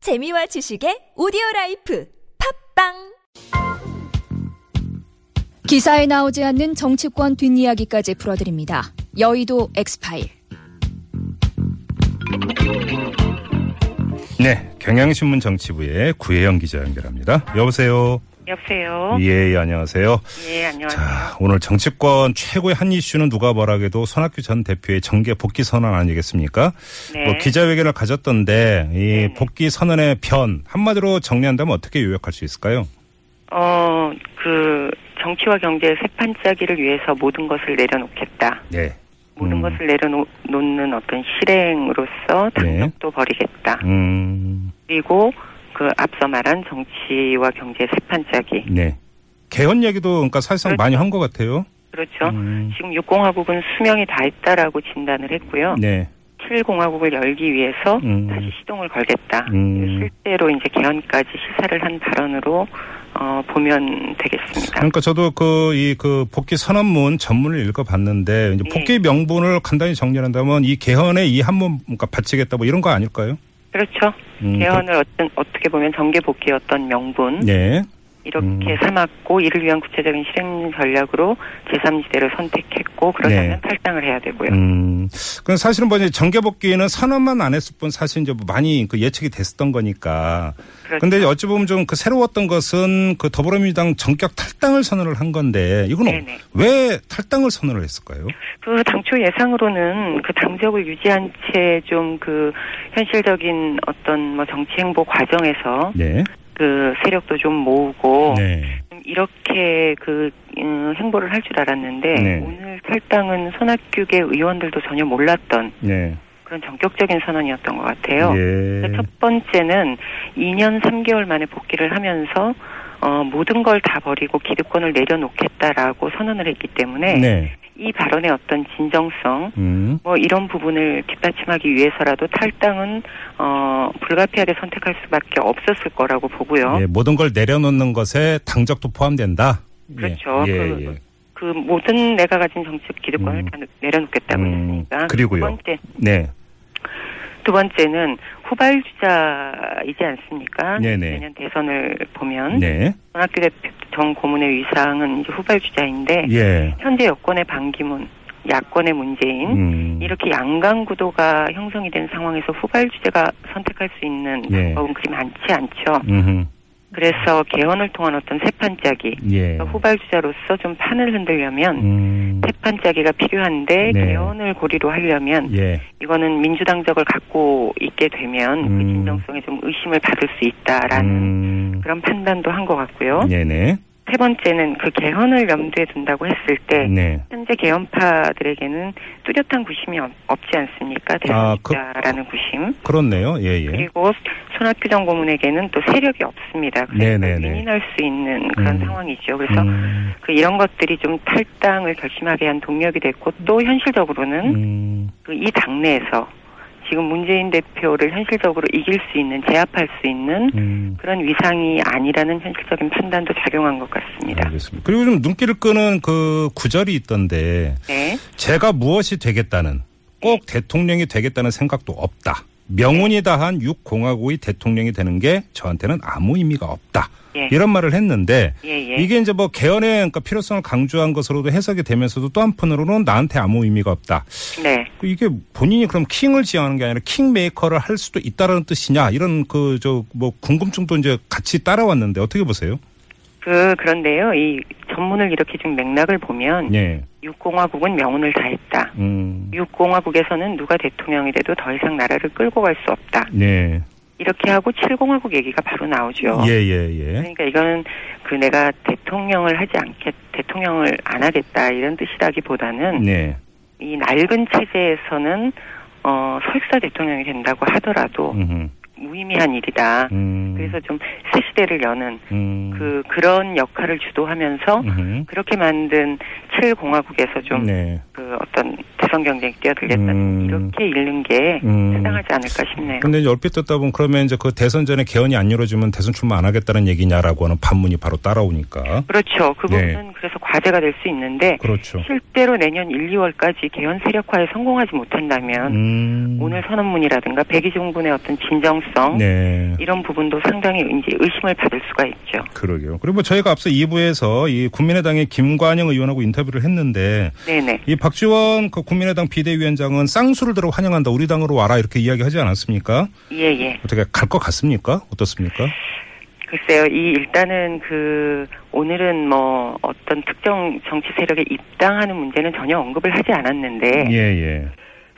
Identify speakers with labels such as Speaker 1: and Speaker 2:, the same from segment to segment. Speaker 1: 재미와 지식의 오디오 라이프 팝빵
Speaker 2: 기사에 나오지 않는 정치권 뒷이야기까지 풀어드립니다. 여의도 엑스파일.
Speaker 3: 네, 경향신문 정치부의 구혜영 기자 연결합니다. 여보세요.
Speaker 4: 여보세요.
Speaker 3: 예, 예, 안녕하세요.
Speaker 4: 예, 안녕하세요.
Speaker 3: 자, 오늘 정치권 최고의 한 이슈는 누가 뭐라해도 손학규 전 대표의 정계 복귀 선언 아니겠습니까?
Speaker 4: 네.
Speaker 3: 뭐 기자회견을 가졌던데 이 복귀 선언의 변 한마디로 정리한다면 어떻게 요약할 수 있을까요?
Speaker 4: 어, 그 정치와 경제의 새판짜기를 위해서 모든 것을 내려놓겠다.
Speaker 3: 네.
Speaker 4: 모든
Speaker 3: 음. 네.
Speaker 4: 것을 내려놓는 어떤 실행으로서 당력도 버리겠다.
Speaker 3: 음,
Speaker 4: 그리고 그 앞서 말한 정치와 경제의 새판짜기.
Speaker 3: 네. 개헌 얘기도 그러니까 사실상
Speaker 4: 그렇죠.
Speaker 3: 많이 한 것 같아요.
Speaker 4: 그렇죠.
Speaker 3: 음.
Speaker 4: 지금 6공화국은 수명이 다했다라고 진단을 했고요.
Speaker 3: 네.
Speaker 4: 7공화국을 열기 위해서
Speaker 3: 음.
Speaker 4: 다시 시동을 걸겠다.
Speaker 3: 음.
Speaker 4: 실제로 이제 개헌까지 시사를 한 발언으로 어, 보면 되겠습니다.
Speaker 3: 그러니까 저도 그 이 그 복귀 선언문 전문을 읽어봤는데 이제
Speaker 4: 예.
Speaker 3: 복귀 명분을 간단히 정리한다면 이 개헌에 이 한문 그러니까 바치겠다 뭐 이런 거 아닐까요?
Speaker 4: 그렇죠.
Speaker 3: 음,
Speaker 4: 개헌을 어떤 어떻게 보면 정계 복귀의 어떤 명분
Speaker 3: 그- 예.
Speaker 4: 이렇게 삼았고 이를 위한 구체적인 실행 전략으로 제3지대를 선택했고 그러자면
Speaker 3: 네.
Speaker 4: 탈당을 해야 되고요.
Speaker 3: 음. 그럼 사실은 뭐 이제 정계 복귀는 선언만 안 했을 뿐 사실 이제 뭐 많이 그 예측이 됐었던 거니까.
Speaker 4: 그렇죠.
Speaker 3: 근데 이제 어찌 보면 좀 그 새로웠던 것은 그 더불어민주당 정격 탈당을 선언을 한 건데 이건
Speaker 4: 네네.
Speaker 3: 왜 탈당을 선언을 했을까요?
Speaker 4: 그 당초 예상으로는 그 당적을 유지한 채 좀 그 현실적인 어떤 뭐 정치 행보 과정에서
Speaker 3: 네.
Speaker 4: 그 세력도 좀 모으고
Speaker 3: 네.
Speaker 4: 좀 이렇게 그 음, 행보를 할 줄 알았는데
Speaker 3: 네.
Speaker 4: 오늘 탈당은 손학규계 의원들도 전혀 몰랐던
Speaker 3: 네.
Speaker 4: 그런 전격적인 선언이었던 것 같아요. 네,
Speaker 3: 예.
Speaker 4: 첫 번째는 2년 3개월 만에 복귀를 하면서 어, 모든 걸 다 버리고 기득권을 내려놓겠다라고 선언을 했기 때문에
Speaker 3: 네.
Speaker 4: 이 발언의 어떤 진정성
Speaker 3: 음.
Speaker 4: 뭐 이런 부분을 뒷받침하기 위해서라도 탈당은 어, 불가피하게 선택할 수밖에 없었을 거라고 보고요.
Speaker 3: 예, 모든 걸 내려놓는 것에 당적도 포함된다. 예,
Speaker 4: 그렇죠.
Speaker 3: 예,
Speaker 4: 그-
Speaker 3: 예.
Speaker 4: 그 모든 내가 가진 정치적 기득권을
Speaker 3: 음.
Speaker 4: 다 내려놓겠다고
Speaker 3: 음,
Speaker 4: 했으니까
Speaker 3: 그리고요.
Speaker 4: 두 번째
Speaker 3: 네.
Speaker 4: 두 번째는 후발주자이지 않습니까?
Speaker 3: 네네.
Speaker 4: 내년 대선을 보면
Speaker 3: 네.
Speaker 4: 손학규 대표 전 고문의 위상은 이제 후발 주자인데
Speaker 3: 예.
Speaker 4: 현재 여권의 반기문, 야권의 문재인
Speaker 3: 음.
Speaker 4: 이렇게 양강 구도가 형성이 된 상황에서 후발 주자가 선택할 수 있는
Speaker 3: 예.
Speaker 4: 방법은 그리 많지 않죠.
Speaker 3: 음흠.
Speaker 4: 그래서 개헌을 통한 어떤 세판짜기
Speaker 3: 예.
Speaker 4: 그러니까 후발 주자로서 좀 판을 흔들려면
Speaker 3: 음.
Speaker 4: 세판짜기가 필요한데
Speaker 3: 네.
Speaker 4: 개헌을 고리로 하려면
Speaker 3: 예.
Speaker 4: 이거는 민주당적을 갖고 있게 되면 그
Speaker 3: 음.
Speaker 4: 진정성에 좀 의심을 받을 수 있다라는
Speaker 3: 음. 예,
Speaker 4: 그런 판단도 한 것 같고요.
Speaker 3: 네네.
Speaker 4: 세 번째는 그 개헌을 염두에 둔다고 했을 때
Speaker 3: 네.
Speaker 4: 현재 개헌파들에게는 뚜렷한 구심이 없- 없지 않습니까?
Speaker 3: 아, 그-
Speaker 4: 대선이다라는 구심.
Speaker 3: 그렇네요. 예, 예.
Speaker 4: 그리고 손학규 전 고문에게는 또 세력이 없습니다. 그래서
Speaker 3: 네네네.
Speaker 4: 위인할 수 있는 그런
Speaker 3: 음.
Speaker 4: 상황이죠. 그래서
Speaker 3: 음.
Speaker 4: 그 이런 것들이 좀 탈당을 결심하게 한 동력이 됐고 또 현실적으로는
Speaker 3: 음.
Speaker 4: 그 이 당내에서 지금 문재인 대표를 현실적으로 이길 수 있는 제압할 수 있는
Speaker 3: 음.
Speaker 4: 그런 위상이 아니라는 현실적인 판단도 작용한 것 같습니다.
Speaker 3: 알겠습니다. 그리고 좀 눈길을 끄는 그 구절이 있던데
Speaker 4: 네.
Speaker 3: 제가 무엇이 되겠다는 꼭 대통령이 되겠다는 생각도 없다. 명운이 다한 육공화국의 대통령이 되는 게 저한테는 아무 의미가 없다.
Speaker 4: 예.
Speaker 3: 이런 말을 했는데
Speaker 4: 예, 예.
Speaker 3: 이게 이제 뭐 개헌의 그러니까 필요성을 강조한 것으로도 해석이 되면서도 또 한편으로는 나한테 아무 의미가 없다.
Speaker 4: 네.
Speaker 3: 그 이게 본인이 그럼 킹을 지향하는 게 아니라 킹메이커를 할 수도 있다라는 뜻이냐 이런 그 저 뭐 궁금증도 이제 같이 따라왔는데 어떻게 보세요?
Speaker 4: 그 그런데요. 이 전문을 이렇게 좀 맥락을 보면
Speaker 3: 예.
Speaker 4: 육공화국은 명운을 다했다.
Speaker 3: 음.
Speaker 4: 육공화국에서는 누가 대통령이 돼도 더 이상 나라를 끌고 갈 수 없다.
Speaker 3: 예.
Speaker 4: 이렇게 하고 칠공화국 얘기가 바로 나오죠.
Speaker 3: 예, 예, 예.
Speaker 4: 그러니까 이거는 그 내가 대통령을 하지 않겠 대통령을 안 하겠다 이런 뜻이라기보다는
Speaker 3: 네.
Speaker 4: 이 낡은 체제에서는 어 설사 대통령이 된다고 하더라도
Speaker 3: 음흠.
Speaker 4: 무의미한 일이다.
Speaker 3: 예. 음.
Speaker 4: 그래서 좀 새 시대를 여는
Speaker 3: 음.
Speaker 4: 그 그런 역할을 주도하면서
Speaker 3: 음흠.
Speaker 4: 그렇게 만든 7공화국에서 좀 그
Speaker 3: 네.
Speaker 4: 어떤 대선 경쟁에 뛰어들겠다는
Speaker 3: 음.
Speaker 4: 이렇게 읽는 게
Speaker 3: 음. 그
Speaker 4: 해당하지 않을까 싶네요.
Speaker 3: 근데 이제 얼핏 듣다 보면 그러면 이제 그 대선 전에 개헌이 안 이루어지면 대선 출마 안 하겠다는 얘기냐라고 하는 반문이 바로 따라오니까.
Speaker 4: 그렇죠. 그
Speaker 3: 예.
Speaker 4: 부분은 그래서 과제가 될 수 있는데
Speaker 3: 그렇죠.
Speaker 4: 실제로 내년 1, 2월까지 개헌 세력화에 성공하지 못한다면
Speaker 3: 음.
Speaker 4: 오늘 선언문이라든가 백의종군의 어떤 진정성
Speaker 3: 네.
Speaker 4: 이런 부분도 상당히 이제 의심을 받을 수가 있죠.
Speaker 3: 그러게요. 그리고 뭐 저희가 앞서 2부에서 이 국민의당의 김관영 의원하고 인터뷰를 했는데
Speaker 4: 네네.
Speaker 3: 이 박지원 그 국민의당 비대위원장은 쌍수를 들어 환영한다. 우리 당으로 와라. 이렇게 이야기하지 않았습니까?
Speaker 4: 예예.
Speaker 3: 어떻게 갈 것 같습니까? 어떻습니까?
Speaker 4: 글쎄요. 이 일단은 그 오늘은 뭐 어떤 특정 정치 세력에 입당하는 문제는 전혀 언급을 하지 않았는데
Speaker 3: 예, 예.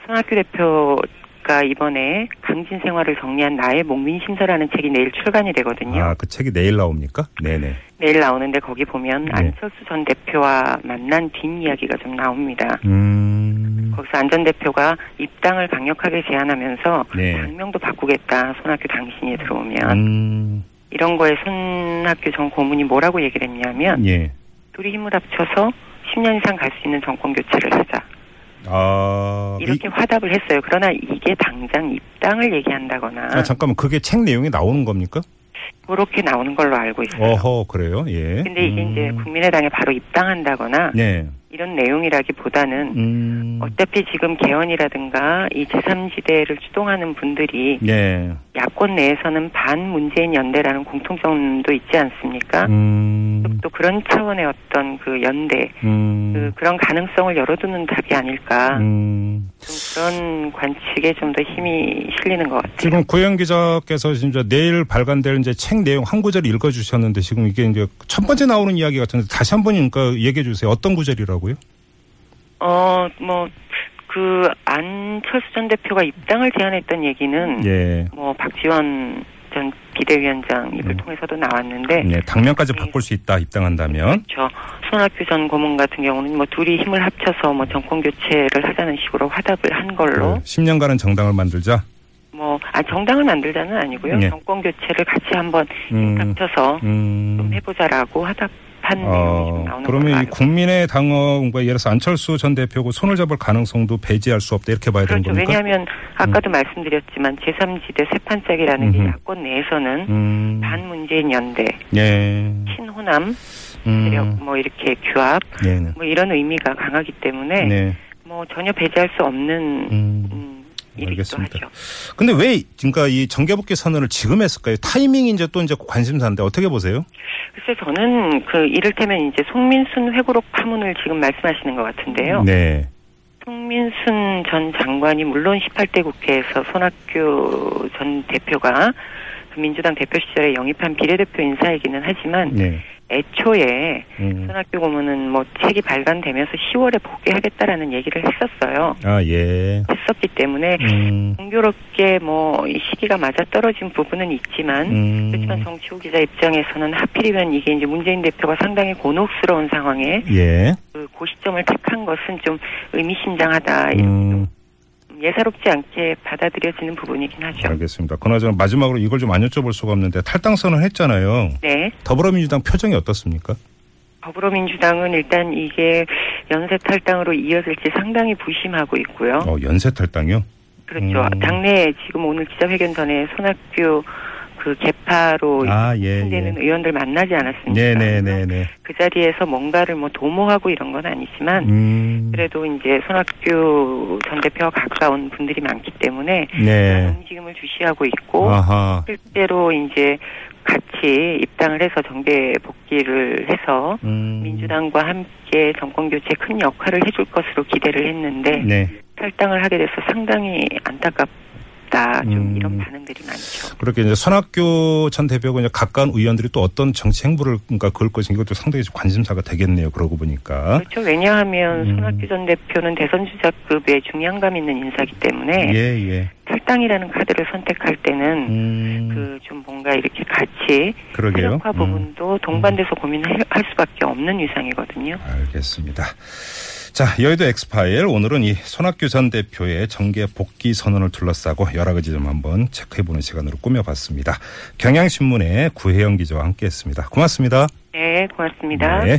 Speaker 4: 손학규 대표가 이번에 강진 생활을 정리한 나의 목민 심서라는 책이 내일 출간이 되거든요.
Speaker 3: 아, 그 책이 내일 나옵니까? 네네.
Speaker 4: 내일 나오는데 거기 보면
Speaker 3: 네.
Speaker 4: 안철수 전 대표와 만난 뒷이야기가 좀 나옵니다.
Speaker 3: 음.
Speaker 4: 거기서 안 전 대표가 입당을 강력하게 제안하면서
Speaker 3: 네.
Speaker 4: 당명도 바꾸겠다. 손학규 당신이 들어오면
Speaker 3: 음.
Speaker 4: 이런 거에 손학규 전 고문이 뭐라고 얘기를 했냐면
Speaker 3: 예.
Speaker 4: 둘이 힘을 합쳐서 10년 이상 갈 수 있는 정권 교체를 하자
Speaker 3: 아.
Speaker 4: 이렇게 화답을 했어요. 그러나 이게 당장 입당을 얘기한다거나
Speaker 3: 아, 잠깐만. 그게 책 내용이 나오는 겁니까?
Speaker 4: 그렇게 나오는 걸로 알고 있어요.
Speaker 3: 어허, 그래요? 예.
Speaker 4: 근데 이게
Speaker 3: 음.
Speaker 4: 이제 국민의당에 바로 입당한다거나
Speaker 3: 네.
Speaker 4: 이런 내용이라기보다는
Speaker 3: 음.
Speaker 4: 어차피 지금 개헌이라든가 이 제3지대를 추동하는 분들이
Speaker 3: 네.
Speaker 4: 야권 내에서는 반문재인 연대라는 공통점도 있지 않습니까?
Speaker 3: 음.
Speaker 4: 또 그런 차원의 어떤 그 연대
Speaker 3: 음.
Speaker 4: 그 그런 가능성을 열어두는 답이 아닐까
Speaker 3: 음.
Speaker 4: 좀 그런 관측에 좀 더 힘이 실리는 것 같아요.
Speaker 3: 지금 고영 기자께서 진짜 내일 발간될 이제 책 내용 한 구절 읽어 주셨는데 지금 이게 이제 첫 번째 나오는 이야기 같은데 다시 한 번 그러니까 얘기해 주세요. 어떤 구절이라고요?
Speaker 4: 어, 어뭐 그 안철수 전 대표가 입당을 제안했던 얘기는
Speaker 3: 예.
Speaker 4: 뭐 박지원 전 비대위원장 입을
Speaker 3: 음.
Speaker 4: 통해서도 나왔는데
Speaker 3: 네, 당면까지 바꿀 수 있다 입당한다면.
Speaker 4: 저 손학규 전 고문 같은 경우는 뭐 둘이 힘을 합쳐서 뭐 정권 교체를 하자는 식으로 화답을 한 걸로
Speaker 3: 그 네. 10년간은 정당을 만들자.
Speaker 4: 뭐 아 정당을 만들자는 아니고요
Speaker 3: 네.
Speaker 4: 정권 교체를 같이 한번
Speaker 3: 음.
Speaker 4: 합쳐서
Speaker 3: 음.
Speaker 4: 좀 해보자라고 화답한 내용이 좀
Speaker 3: 어,
Speaker 4: 음, 나오는
Speaker 3: 그러면 이
Speaker 4: 걸로 알고
Speaker 3: 국민의 당원과 그러니까 예를 들어서 안철수 전 대표하고 손을 잡을 가능성도 배제할 수 없다 이렇게 봐야 되는 겁니까?
Speaker 4: 그렇죠
Speaker 3: 음.
Speaker 4: 왜냐하면 아까도 말씀드렸지만 제3지대 세판짝이라는 게
Speaker 3: 음흠.
Speaker 4: 야권 내에서는
Speaker 3: 음.
Speaker 4: 반문재인 연대
Speaker 3: 예.
Speaker 4: 친호남 세력
Speaker 3: 음.
Speaker 4: 뭐 이렇게 규합
Speaker 3: 네. 네.
Speaker 4: 뭐 이런 의미가 강하기 때문에
Speaker 3: 네.
Speaker 4: 뭐 전혀 배제할 수 없는
Speaker 3: 음.
Speaker 4: 음, 일이기도
Speaker 3: 알겠습니다.
Speaker 4: 하죠.
Speaker 3: 근데 왜 그러니까 이 정계복귀 선언을 지금 했을까요? 타이밍이 이제 또 이제 관심사인데 어떻게 보세요?
Speaker 4: 글쎄 저는 그 이를테면 이제 송민순 회고록 파문을 지금 말씀하시는 것 같은데요.
Speaker 3: 네.
Speaker 4: 송민순 전 장관이 물론 18대 국회에서 손학규 전 대표가 그 민주당 대표 시절에 영입한 비례대표 인사이기는 하지만
Speaker 3: 네.
Speaker 4: 애초에
Speaker 3: 음.
Speaker 4: 손학규 고문은 뭐 책이 발간되면서 10월에 복귀하겠다라는 얘기를 했었어요.
Speaker 3: 아 예.
Speaker 4: 했었기 때문에
Speaker 3: 음.
Speaker 4: 공교롭게 뭐 이 시기가 맞아 떨어진 부분은 있지만
Speaker 3: 음.
Speaker 4: 그렇지만 정치후 기자 입장에서는 하필이면 이게 이제 문재인 대표가 상당히 곤혹스러운 상황에
Speaker 3: 예.
Speaker 4: 그 고시점을 택한 것은 좀 의미심장하다
Speaker 3: 음.
Speaker 4: 예사롭지 않게 받아들여지는 부분이긴 하죠.
Speaker 3: 알겠습니다. 그나저나 마지막으로 이걸 좀 안 여쭤볼 수가 없는데 탈당 선언 했잖아요.
Speaker 4: 네.
Speaker 3: 더불어민주당 표정이 어떻습니까?
Speaker 4: 더불어민주당은 일단 이게 연쇄 탈당으로 이어질지 상당히 부심하고 있고요.
Speaker 3: 어, 연쇄 탈당이요?
Speaker 4: 그렇죠.
Speaker 3: 음.
Speaker 4: 당내 지금 오늘 기자회견 전에 손학규 그 개파로
Speaker 3: 아, 예,
Speaker 4: 되는 의원들 만나지 않았습니까?
Speaker 3: 네, 네, 네, 네.
Speaker 4: 그 자리에서 뭔가를 뭐 도모하고 이런 건 아니지만
Speaker 3: 음.
Speaker 4: 그래도 이제 손학규 전 대표와 가까운 분들이 많기 때문에
Speaker 3: 네.
Speaker 4: 움직임을 주시하고 있고
Speaker 3: 아하.
Speaker 4: 실제로 이제 같이 입당을 해서 정계 복귀를 해서
Speaker 3: 음.
Speaker 4: 민주당과 함께 정권 교체 큰 역할을 해줄 것으로 기대를 했는데
Speaker 3: 네.
Speaker 4: 탈당을 하게 돼서 상당히 안타깝다 좀
Speaker 3: 음.
Speaker 4: 이런 반응들이 많죠.
Speaker 3: 그렇게 이제 손학규 전 대표하고 이제 가까운 의원들이 또 어떤 정치 행보를 그러니까 그럴 것인 이것도 상당히 좀 관심사가 되겠네요. 그러고 보니까.
Speaker 4: 그렇죠. 왜냐하면
Speaker 3: 아. 음.
Speaker 4: 손학규 전 대표는 대선 주자급의 중량감 있는 인사기 때문에
Speaker 3: 예, 예.
Speaker 4: 탈당이라는 카드를 선택할 때는
Speaker 3: 음.
Speaker 4: 그 좀 뭔가 이렇게 같이
Speaker 3: 그러게요.
Speaker 4: 세력화
Speaker 3: 음,
Speaker 4: 부분도 동반돼서 고민할 할 수밖에 없는 위상이거든요.
Speaker 3: 알겠습니다. 자, 여의도 엑스파일 오늘은 이 손학규 전 대표의 정계 복귀 선언을 둘러싸고 여러 가지 점 한번 체크해보는 시간으로 꾸며봤습니다. 경향신문의 구혜영 기자와 함께했습니다. 고맙습니다.
Speaker 4: 네, 고맙습니다.
Speaker 3: 네.